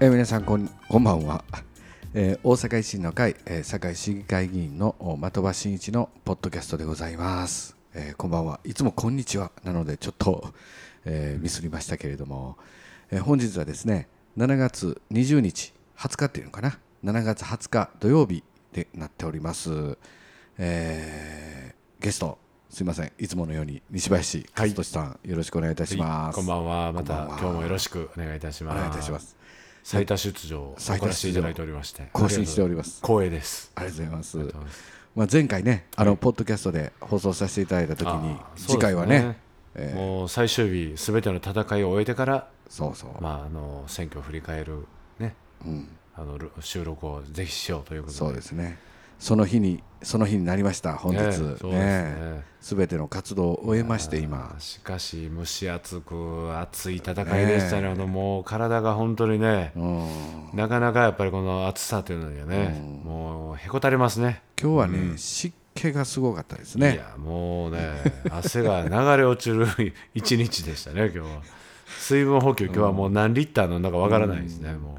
えー皆さんこんこんばんは、えー大阪維新の会、えー堺市議会議員のお的場真一のポッドキャストでございます、えーこんばんはいつもこんにちはなのでちょっと、えーミスりましたけれども、えー本日はですね7月20日20日っていうのかな7月20日土曜日でなっております、えーゲストすいませんいつものように西林和俊さん、よろしくお願いいたします、こんばんは。まこたんばん今は日もよろしくお願いいたしおます。願いいたします最多出場を最多出場行らせていただいておりまして、更新しております光栄です。ありがとうございますありがとうございますまあ、前回ね、あのポッドキャストで放送させていただいたときあに、ー次回はね、そうですえもう最終日すべての戦いを終えてから、そうそう、まああの選挙を振り返るね、うん、あのル収録をぜひしようということで。そうですね、その日に、その日になりました、本日、ねねそうですねすべての活動を終えまして、今あー、しかし蒸し暑く熱い戦いでしたね。あのもう体が本当にね、うん、なかなかやっぱりこの暑さというのにはね、もうへこたれますね。今日はね、湿気がすごかったですいね、やもうね汗が流れ落ちる一日でした ね今日は水分補給今日はもう何リッターのなんかわからないですね、もう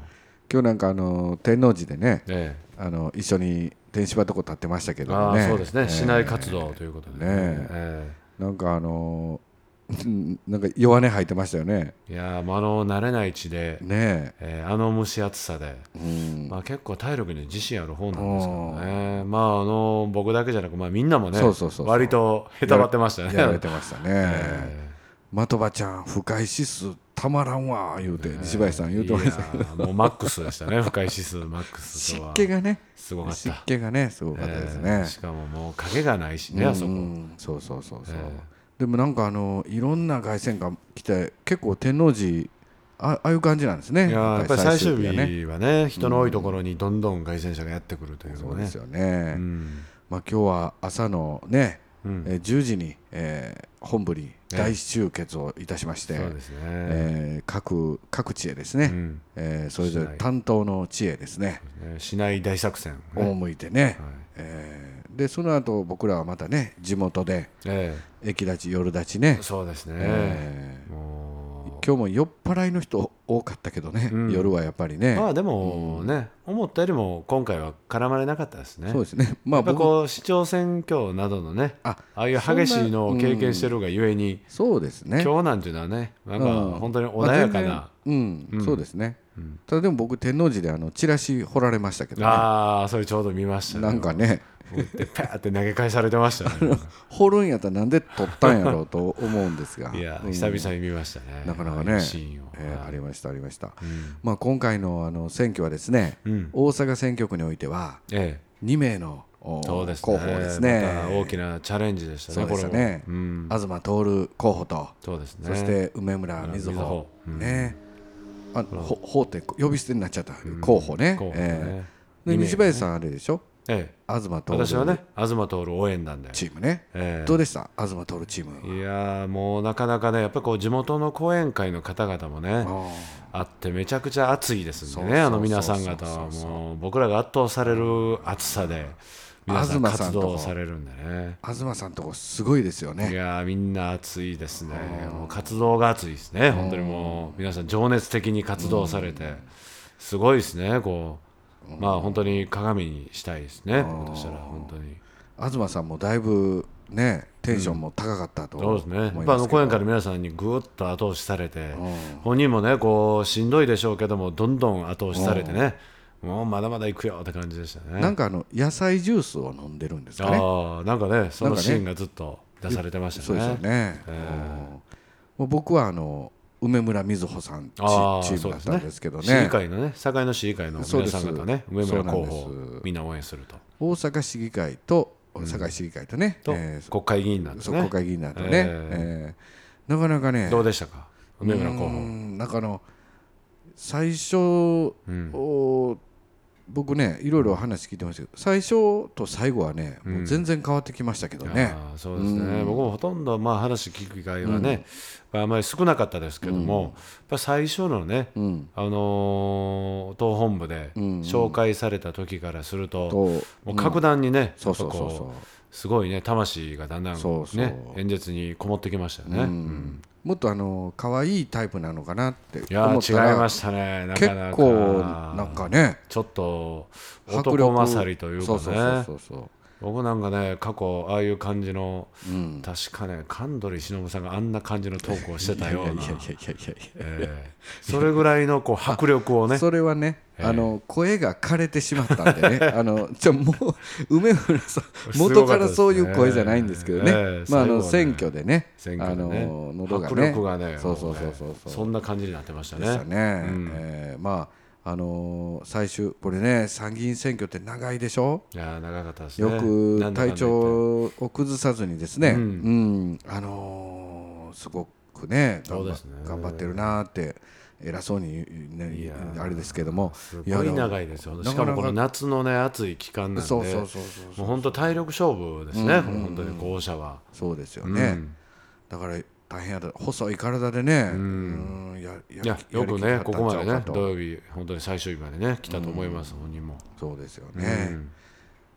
今日なんかあの天王寺でね、えあの一緒に天芝とこ立ってましたけえどあね、あそうですね、えー市内活動ということでねええなんかあの、 うんなんか弱音吐いてましたよね、えいやーもうあの慣れない地で、ねええあの蒸し暑さで、え、うん、まあ、結構体力に自信ある方なんですけどねまああの僕だけじゃなく、まあ、みんなもねそうそうそうそう割とへたばってましたねやられてましたね。 ええ的場ちゃん、不快指数たまらんわ言うて、西林さん言うてまいやした。ーもうマックスでしたね不快指数マックス湿とは気がね、すごかった湿気がね、すごかったですえねー。しかももう影がないしね、あそこ、うんそうそうそうそうえ。でもなんかあのいろんな凱旋が来て、結構天王寺あああいう感じなんですね。いやーやっぱり最終日がはね。ね人の多いところにどんどん凱旋者がやってくるというそうねですよねう。んまあ今日は朝のね、うんえー10時にえー本部に大集結をいたしまして、そうですね、えー各各地へですね。うんえーそれぞれ担当の知恵ですね、ね市内大作戦、ねを向いてね、はいえーでその後僕らはまたね地元でえ駅立ち夜立ちねえ、そうですね、えーも今日も酔っ払いの人多かったけどね、うん夜はやっぱりうね、まあでもね、思ったよりも今回は絡まれなかったですねそうですねまやあっぱ僕こう市長選挙などのねあああいう激しいのを経験してるがゆえに、そうですね今日なんていうのはねなんかうん本当に穏やかな、まあ全然うん、うんそうですね、うんただでも僕天王寺であのチラシ掘られましたけどねああそれちょうど見ましたねなんかね打ってパーって投げ返されてましたね掘るんやったらなんで取ったんやろうと思うんですがいやうん久々に見ましたねなかなかああいねうシーンを、えーはいありましたありました、うんまあ、今回のあの選挙はですね、うん大阪選挙区においてはええ2名のおそうですね候補ですね、また大きなチャレンジでしたそねうでしたこれもね、うん、東徹候補と、そうですねそして梅村うん瑞瑞穂穂、うんねあほ法廷呼び捨てになっちゃった、候補ね候補ねえー二で名西林さんあれでしょええ東徹私はね東徹応援団で、チームね、ええどうでした東徹チームいやーもうなかなかねやっぱりこう地元の後援会の方々もねあってめちゃくちゃ熱いですんそうそでねうそうそうあの皆さん方はもう僕らが圧倒される熱さで皆さん東さん活とこ動されるんでね東さんとこすごいですよいねやーみんな熱いですねもう活動が熱いですね本当にもう皆さん情熱的に活動されてすごいですねこうまあ本当に鏡にしたいですねことしたら本当に東さんもだいぶねテンションも高かったとそう思いですねやますけど、っぱあの講演会の皆さんにぐっと後押しされてん本人もねこうしんどいでしょうけどもどんどん後押しされてねもうまだまだ行くよって感じでしたねなんかあの野菜ジュースを飲んでるんですかね。ああなんかねそなのんかねシーンがずっと出されてましたねそうですよね。うんもう僕はあの梅村瑞穂さんチああチーそムうだったねんですけど市議ね。会のね堺の市議会のそうで皆すさん方ね上そ村うなん候です補をみんな応援すると大阪市議会と堺市議会とね、とえー国会議員なんですそうね国会議員なんでね、ええーなかなかね、どうでしたか上村候う補んなんかあの最初うんを僕ねいろいろ話聞いてましたけど、最初と最後はね、もう全然変わってきましたけどね。ああそうですね、僕もほとんどまあ話聞く機会はね、まああまり少なかったですけども、やっぱ最初のね、うん。あのー党本部でうんうん紹介された時からすると、と、もう格段にね、そうそうそうやっぱそうこ。うすごいね魂がだんだんねそうそう演説にこもってきましたよね。ううんんもっとあの可愛いタイプなのかなっていや思ったらー違いましたねな結かなか構なんかねちょっと迫男力勝りというかそうそうそうねそうそう僕なんかね過去ああいう感じのうん確かね神取忍さんがあんな感じのトークをしてたようないやいやいやいやいやええそれぐらいのこう迫力をねそれはね、ええあの声が枯れてしまったんでね、 あのじゃあもう、梅村さんす、ごかったですね元からそういう声じゃないんですけどね、ええまあ、あの最後選ね挙でね、選あ挙でねの喉が迫ね力がねそうそうそうそうもねそうそんな感じになってましたでしたねね、うんええまああのー最終、これね、参議院選挙って長いでしょ、いやー長かったですねよくなんだか体んだ言って調を崩さずにですね、ううんんあのーすごくね頑そう張ですね頑張ってるなーって、偉そうに、いねや、ーあれですけども。すごい長いですよねしかもこの夏のね暑い期間なんでそもうそううそうそうそう本当体力勝負ですね本当に候補者はそうですようんね、だから大変やだ細い体でね、うん、ややいややよくねりきっこたこんまちゃでうかねと土曜日本当に最終日までね来たと思います本人もそうですようね、ん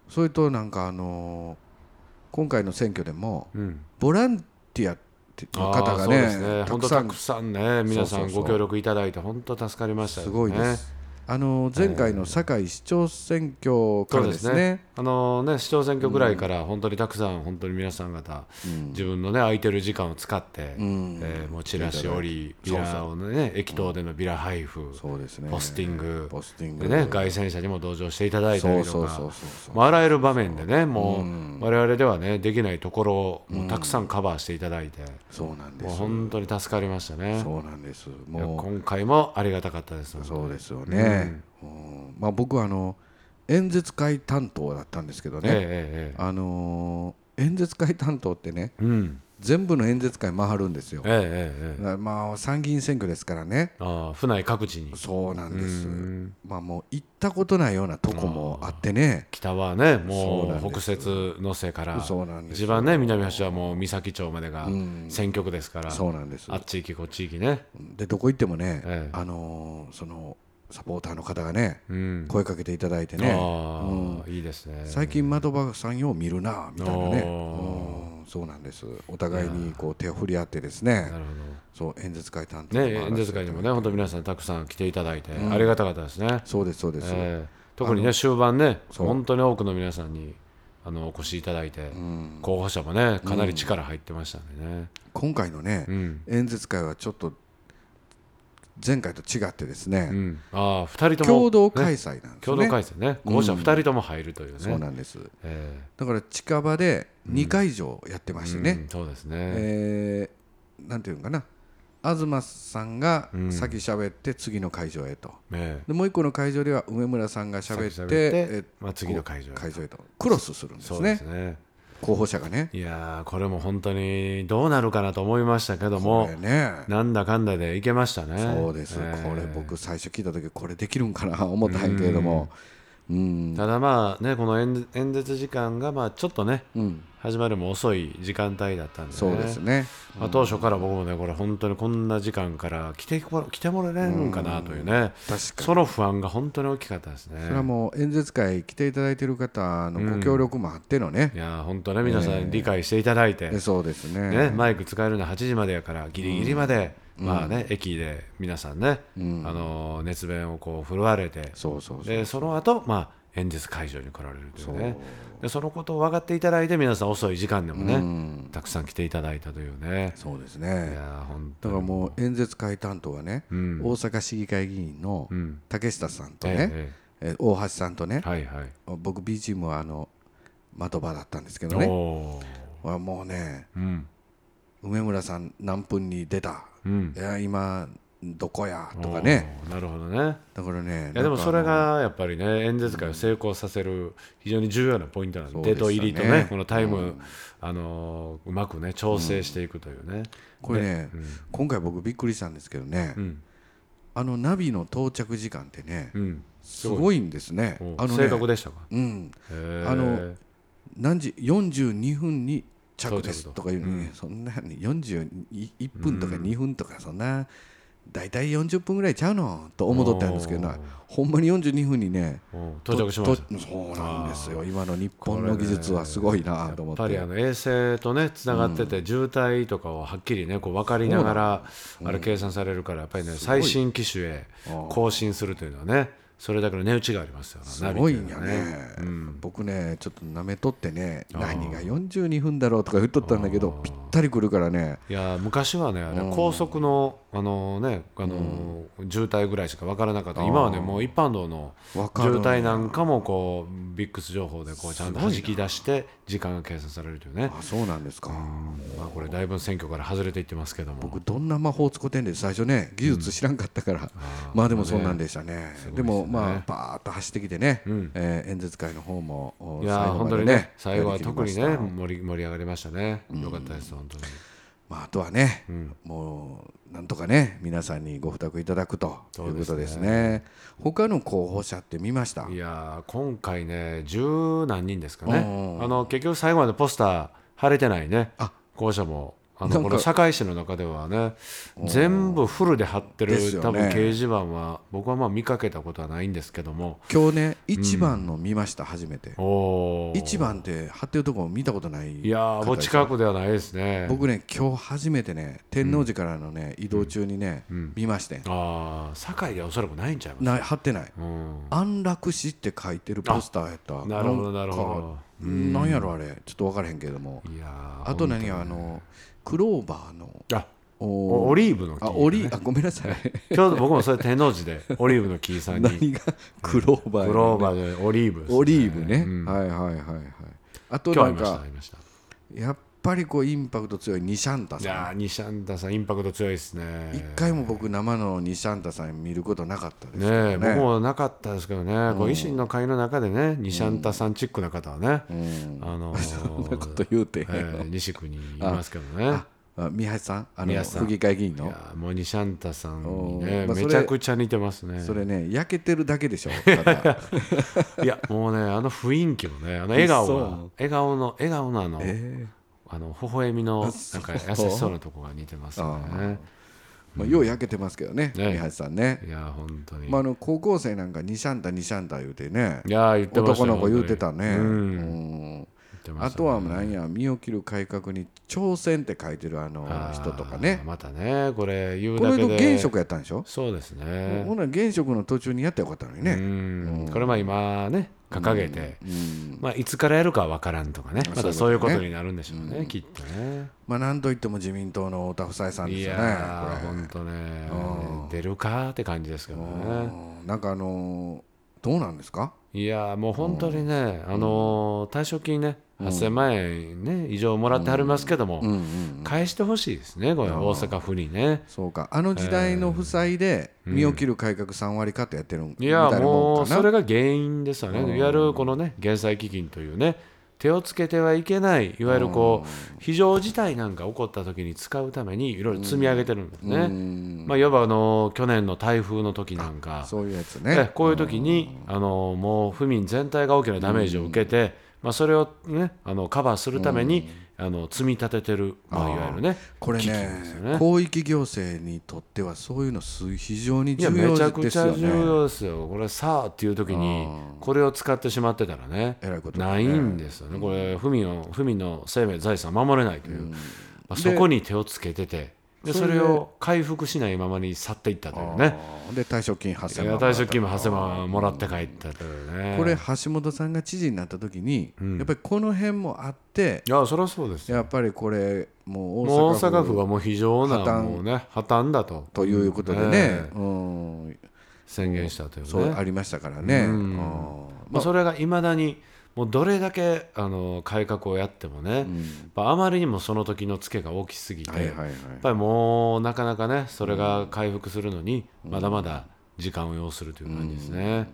それとなんかあのー今回の選挙でもうんボランティアっての方あーがそうでねすねた本く当さたんくさんね皆そさうそんうそうご協力いただいて本当助かりましたよすねごいです、あのー前回の堺市長選挙からですね、あのね市長選挙ぐらいから本当にたくさん本当に皆さん方自分のね空いてる時間を使ってんえーもうチラシ折りビラをね駅頭でのビラ配布そうですねポスティングポスティングでね凱旋者にも同乗していただいそたりうそとうそうかそうそうまああらゆる場面でねもう我々ではねできないところをもうたくさんカバーしていただいてそうなんでもうす本当に助かりましたねそうなんですいやもう今回もありがたかったですそうですよね、うんまあ、僕はあの演説会担当だったんですけどええね、えええあのー演説会担当ってねえうん全部の演説会回るんですよ、ええええええだからまあ参議院選挙ですからねああ府内各地にそうなんです、うんまあ、もう行ったことないようなとこもあってね北はねそうなもんうで北摂の瀬からそうなんです一番ね南橋はもう三崎町までが選挙区ですからそうなんですあっち行きこっち行きねでどこ行ってもね、ええあのーそのサポーターの方がねうん声かけていただいてね、ああいいですね最近的場さんよう見るなみたいなねおうんそうなんですお互いにこう手を振り合ってですねなるほそう演説会担当どのね演説会にもね本当皆さんたくさん来ていただいてありがたかったですねそうですそうです、ええ特にね終盤ねそう本当に多くの皆さんにあのお越しいただいて候補者もねかなり力入ってましたんでね今回のねう、ん演説会はちょっと前回と違ってですね、うんああ2人とも共同開催なんです共よ同ね開催ね候補者2人とも入るというねそうなんですえだから近場で2会場やってえましてうね、んそうですね、えーなんていうのかな東さんがうん先喋って次の会場へと、ええでもう一個の会場では梅村さんが喋って先喋ってえまあ次の会場へ会場へとクロスするんですそうねですね候補者がねいやーこれも本当にどうなるかなと思いましたけどもこれねなんだかんだでいけましたねそうです、ええこれ僕最初聞いた時これできるんかな 思ったんやけれどもうんただまあねこの演演説時間がまあちょっとねうん始まるも遅い時間帯だったんで、ね、そうですねまあ、当初から僕もねこれ本当にこんな時間から来てこ来てもらえるんかなというね確かにその不安が本当に大きかったですねそれはもう演説会来ていただいてる方のご協力もあってのねい、やー本当ね皆さん理解していただいて、えそうですねね、マイク使えるのは8時までやからギリギリまで、まあね駅で皆さんね、あのー熱弁をこう振るわれてそうそうそうでその後まあ演説会場に来られるというねでそのことを分かっていただいて皆さん遅い時間でもね、うんたくさん来ていただいたというねそうですいねやー本当だにからもう演説会担当はね、うん大阪市議会議員のうん竹下さんとえね、ええ大橋さんとねええ、はいはい、僕 B チームはあの的場だったんですけどねおーあもうねうん梅村さん何分に出た、うんいや今どこやとかねおーなるほどねだからねいやでなもんかそれがやっぱりね演説会を成功させる非常に重要なポイントなんそでうでしたねデート入りとねこのタイム、あのーうまくね調整していくというね、これね、うん今回僕びっくりしたんですけどね、うんあのナビの到着時間ってね、うんすごいんですねおあの正確ねでしたかうんへーあの何時42分に着です到着とかいうのに、そんなに41分とか2分とかそんな大体40分ぐらいちゃうのと思っとったんですけどなほんまに42分にねうん到着しましたととそうなんですよ今の日本の技術はすごいなと思っやっぱりてあの衛星とねつながってて、渋滞とかをはっきりねこう分かりながらあれ計算されるからやっぱりね最新機種へ更新するというのはねそれだけの値打ちがありますよすごいんナやビとうのはね、僕ねちょっとなめとってね何が42分だろうとか言っとったんだけどぴったりくるからねいや昔はねあれ高速のあのねあの渋滞ぐらいしか分からなかった今はねもう一般道の渋わかる滞なんかもこうビックス情報でこうちゃんと弾き出して時間が計算されるというねあそうなんですか、まあこれだいぶ選挙から外れていってますけども僕どんな魔法を使ってんで最初ね技術知らんかったから、まあでもそんなんでしたねでもまあバーッと走ってきてね、えー演説会の方もおいやー最後本ま当でにね最後は特にやねりきりました盛り盛り上がりましたね、よかったです本当にまあ、あとはね、もうなんとかね皆さんにご負託いただくということですね他の候補者って見ましたいやー今回ね十何人ですかねうあの結局最後までポスター貼れてないねあ校舎もなんあのかこの堺市の中ではね全部フルで貼ってる、ですよね多分掲示板は僕はまあ見かけたことはないんですけども今日ね一番の見ました初めておー一番って貼ってるとこ見たことないいやー方おです近くではないですね僕ね今日初めてね天王寺からのね移動中にね見ましてああ堺ではおそらくないんちゃいますな貼ってないうん安楽死って書いてるポスターやったなるほどなるほんどかなんやろあれちょっと分からへんけどもいやーあと何があのクローバーのあおおオリーブの木あオリあごめんなさいちょうど僕もそれ天 王寺でオリーブの木さんに何がクローバーグやローバルでオリーブですね、オリーブねうんはいはいはいはいあと今日なありんましたかありましたやっぱりこうインパクト強いニシャンタいさんやー西安田さんインパクト強いですね一回も僕生の西シャンタさん見ることなかったですけどねえね僕もなかったですけどね、こう維新の会の中でね西安田さんチックな方はね、あの ーそんなこと言うてへんえー西区にいますけどねいやあ宮橋さんあ宮の橋さん府議会議員のーもう西安田さんにおね、ーまあそれめちゃくちゃ似てますねそれね焼けてるだけ でしょただいやもうねあの雰囲気もねあの笑顔が嘘笑顔の笑顔のあの、ええあの微笑みのなんか優しそうなとこが似てますよね。まあよう焼けてますけどねね宮橋さんねいや本当に。まああの高校生なんかニシャンタニシャンタ言うてねいや言ってました男よの子言うてたね本当にうんうん言ってましたあとはなんや身を切る改革に挑戦って書いてるあのあー人とかねまたねこれ言うこだれけで。の現職やったんでしょそうですね。ほな現職の途中にやってよかったのにうねんこれまあ今ね掲げて、うんまあいつからやるかは分からんとかね。またそういうこそういうこととねになるんでしょうねきっとね。まあなんといっても自民党の太田夫妻さんでいすよやねーこれ本当ね出るかって感じですけどね。うんなんかあのーどうなんですかいやーもう本当にね、あのー退職金ね、8000万円、ね、以上もらってはりますけども、返してほしいですね、これ、大阪府にね。そうかあの時代の負債で身を切る改革3割カットやってるみたいいなやーももんうかそなれが原因ですよね、いわゆるこのね、減債基金というね、手をつけてはいけない、いわゆるこう、非常事態なんか起こった時に使うために、いろいろ積み上げてるんですね。まあ、いわばあのー去年の台風の時なんか。そういうやつええねこういう時に、あのもう府民全体が大きなダメージを受けて、まあ、それを、ね、あのカバーするために、あの積み立ててる、まあ、いわゆるねこれ基金ですよねね広域行政にとってはそういうのす非常にい重やめちゃ要くですちゃよ重ね要ですよ、これ、さあっていう時に、これを使ってしまってたらね、えらいことだねないんですよね、これ、府民を府民の生命、財産を守れないという、まあ、そこに手をつけてて、でそそれれを回復しないままに去っていったというね、あーで退職金8000万退職金も8000万もらって帰ったというね。これ橋本さんが知事になった時にやっぱりこの辺もあっていやそりゃそうですよやっぱりこれもうも大う大阪阪府府はもう非常な破綻もうね破綻だとということでねね、うん、宣言したというねそうありましたからね。うんうんまあ、それがいまだにもうどれだけあの改革をやってもね、やっぱあまりにもその時のツケが大きすぎて、はいはいはいやっぱりもうなかなかねそれが回復するのにまだまだ時間を要するという感じですね。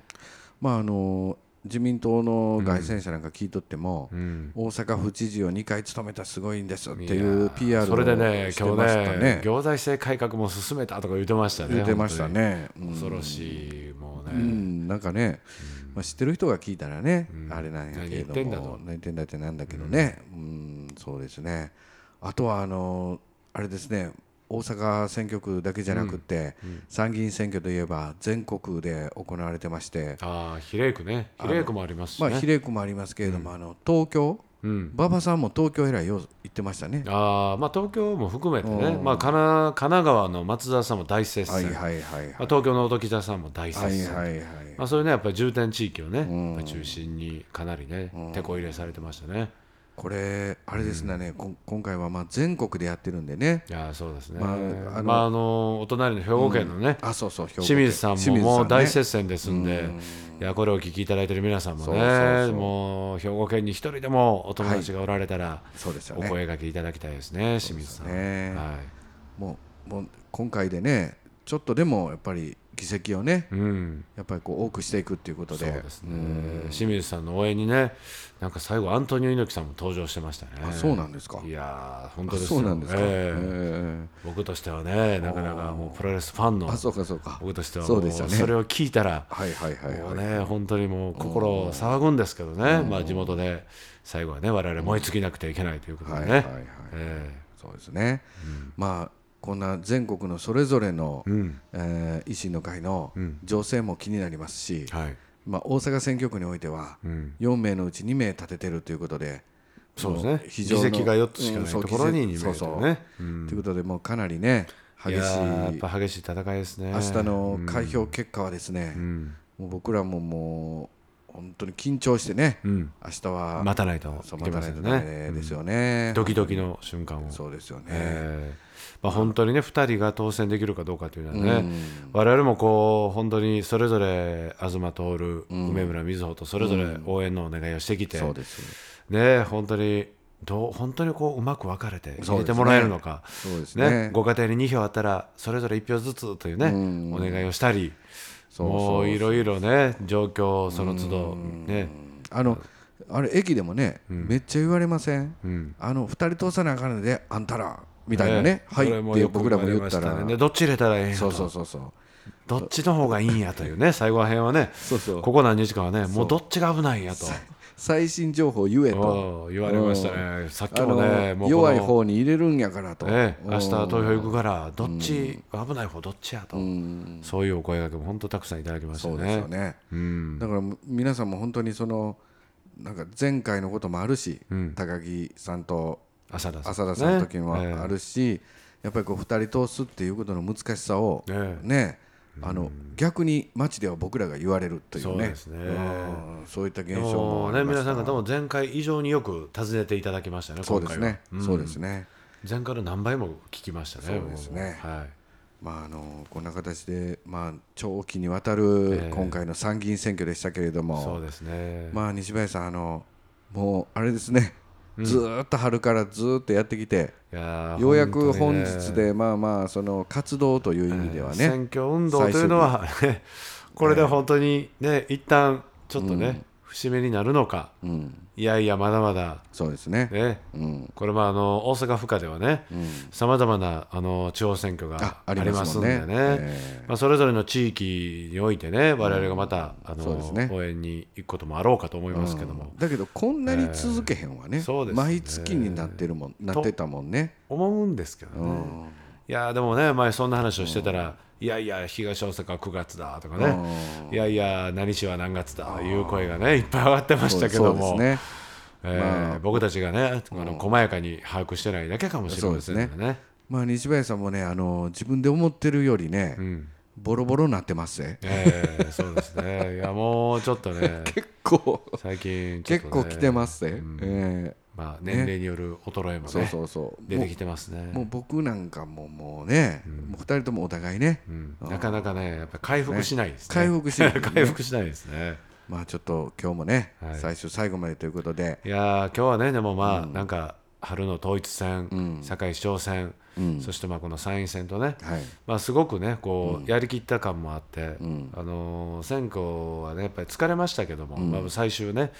まああの自民党の外宣者なんか聞いとっても、うん大阪府知事を2回務めたらすごいんですっていやいう PR をそれでねして今ま日したねね。行財政改革も進めたとか言ってましたね言ってましたね。う本当にん恐ろしいもうね、うん、なんかね、まあ、知ってる人が聞いたらね、あれなんやけれども何言ってんだと何言ってんだってなんだけどね、うんそうですねあとはあのあれですね大阪選挙区だけじゃなくて、参議院選挙といえば全国で行われてまして、ああ比例区ね比例区もありますしまあ、ね、比例区もありますけれども、あの東京、うん、馬場さんも東京以来よう行ってましたね。あーまあ東京も含めてね、うんまあ、かな神奈川の松田さんも大接戦、はいはいはいまはあ、東京の音喜田さんも大い。接はい戦、はいはい。まあ、そういうねやっぱり重点地域をね、んやっぱ中心にかなりね、手こ入れされてましたねこれあれですね、こん今回はまあ全国でやってるんでね。いやーそうですね、ままあああのあのお隣の兵庫県のね、あそうそう。兵庫県清水さん清も水さんねもう大接戦ですんで、いやこれをお聞きいただいている皆さんもねそうそうそうもう兵庫県に一人でもお友達がおられたら、そうですよおね。声掛けいただきたいですね、清水さん。そうですねはいもうもう今回でねちょっとでもやっぱり議席をねうん、やっぱりこう多くしていくっていうことそうでですね、清水さんの応援にね、なんか最後、アントニオ猪木さんも登場してましたね。あそうなんですかいやー、本あ当ですよそうなんですか、えええ僕としてはね、なかなかもうプロレスファンえのあそうかそうか僕としてはもそううでしたねそれを聞いたら、はいはいはいもはうい、ね、本当にもう心を騒ぐんですけどね、まあ、地元で最後はね、我々燃え尽きなくてはいけないということはいではいはいね、えそうですね、まあこんな全国のそれぞれの、えうんえー維新の会の情勢も気になりますし、はいまあ、大阪選挙区においてはうん、 4名のうち2名立ててるということでそうですね、非議常の席が4つしかないところにうん2名そうとそうね。ということでもうかなりね激しいいやーやっぱ激しい戦いですね。明日の開票結果はですね、うん、もう僕らももう本当に緊張してね、うん、明日は待たないとそうい待けたまなせいとんダね。メですよね。ドキドキの瞬間を。そうですよね。えーまあ、本当にね、2人が当選できるかどうかというのはね、うん我々もこう本当にそれぞれ東徹、梅村瑞穂とそれぞれ応援のお願いをしてきて、そうです。ね、本当にどう本当にこううまく分かれてそうですね入れてもらえるのか、そうですねね。ご家庭に2票あったらそれぞれ1票ずつというね、うんお願いをしたりそうそうもういろいろね状況その都度ね、あのあれ駅でもね、めっちゃ言われません。うん、あの二人通さなあかんのであんたらみたいなね、はいそれっもてよく僕らも言った言われら、ましたねでどっち入れたらええんやそとうそうそうそう。どっちの方がいいんやというね最後ら辺はねそうそうここ何日かはねもうどっちが危ないんやと最新情報言えと。おう言われましたねさっきあものねもうこの弱い方に入れるんやからと。ね、明日う投ん票行くからどっち危ない方どっちやとそういうお声掛けも本当たくさんいただきましたそうですよね。ね。うんだから皆さんも本当にそのなんか前回のこともあるし、うん高木さんと浅田浅田さんの時もねあるし、やっぱりこう2人通すっていうことの難しさをええねあの逆に街では僕らが言われるというねそうですねうんそういった現で象ももあねりま皆しさたん方も前回以上によく訪ねていただきましたねそ今うです回はね、そうですね、前回の何倍も聞きましたねそうですね僕もはいまあ、あのこんな形で、まあ、長期にわたるええ今回の参議院選挙でしたけれども、そうですねまあ西林さん、あのもうあれですね、ずーっと春からずーっとやってきて、いやーようやく本当本にね日で、まあまあ、その活動という意味ではね、選挙運動というのは これで本当にね一旦ちょっとね節目になるのかうん、いやいやまだまだそうですね、ねうん、これまああの大阪府下ではねさまざまなあの地方選挙あがあありりまますすもんんねでねええまあそれぞれの地域においてね我々がまたあそうですねの応援に行くこともあろうかと思いますけどもだけど、こんなに続けへんわね、ええそうですね毎月になってるもんなってたもんね。思うんですけどうねんいやーでもね前そんな話をしてたらいやいや東大阪9月だとかねいやいや何市は何月だいう声がねいっぱい上がってましたけどそうもですねえー僕たちがねあの細やかに把握してないだけかもしれませんそよね。まあ、西林さんもねあの自分で思ってるよりね、うんボロボロになってますねええそうですね。いや、もうちょっと ね、結構最近ちょっと結構ね、来てますね、うんえまあ、年齢による衰ええもそうね、そうそう出てきてますね。もう僕なんかももうね、もう2人ともお互いね、うんなかなかね、やっぱり回復しないですね。回復しない 回復しないですね。まあちょっと今日もね、はい最終最後までということで、いやー、今日はね、でもまあ、なんか、春の統一選、堺市長選、そしてまあこの参院選とね、はい、まあ、すごくねこうやりきった感もあって、あのー選挙はねやっぱり疲れましたけども、まあ、最終ね、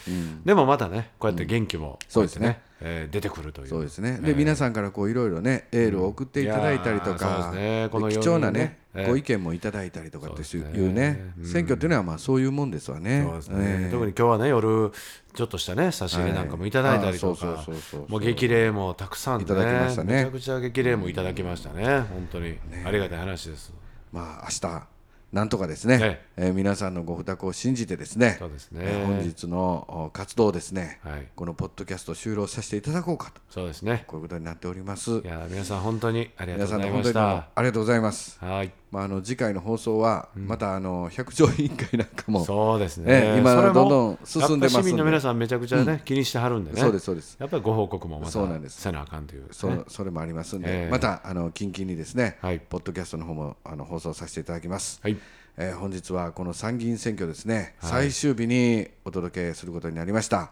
でもまたねこうやって元気もこそううやでっすてねね,、えー出てくるというそうですね、で皆さんからこういろいろね、エールを送っていただいたりとか、うんいやーそうですねこのでように貴重なね、ええご意見もいただいたりとかってそうですねいうね、うん選挙っていうのはまあそういうもんですわね。そうですねええ特に今日はね夜ちょっとしたね差し入れなんかもいただいたりとはいあーかそうそうそうそうもう激励もたくさんでいただきましたねめちゃくちゃ激励もいただきましたね、本当に、ありがたい話です。まあ明日なんとかですね、ええー皆さんのご負託を信じてですねそうですねえー本日のお活動をですね、はいこのポッドキャストを終了させていただこうかとそうですね。こういうことになっておりますいやー皆さん本当にありがと皆うさごんのざい本当にましどうもた。ありがとうございます、はい。まあ、あの次回の放送はまたあの百条委員会なんかも、そうですえね。え今それもどんどん進んでますんでやっぱ市民の皆さんめちゃくちゃね、気にしてはるんでね。そうですそうですやっぱりご報告もまたそうなんですせなあかんという、ね。そそれもありますんで、ええまたあの近々にですね、はいポッドキャストの方もあの放送させていただきます、はい。えー本日はこの参議院選挙ですね、最終日にお届けすることになりました、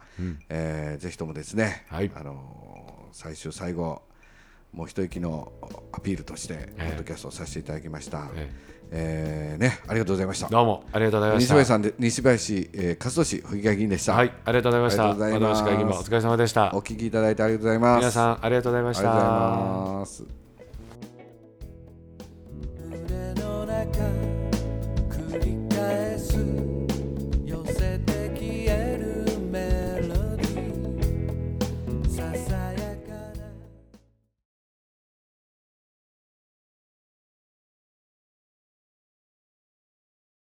えーぜひともですね、はいあのー最終最後もう一息のアピールとしてポッドキャストをさせていただきました、ええーねありがとうございましたどうもありがとうございまし西た。林さんで西林、えー、勝利市府議会議員でした、はい、ありがとうございました。ありがとうございます窓口会議もお疲れ様でしたお。聞きいただいてありがとうございます皆さんありがとうございまあしりがとうござた。います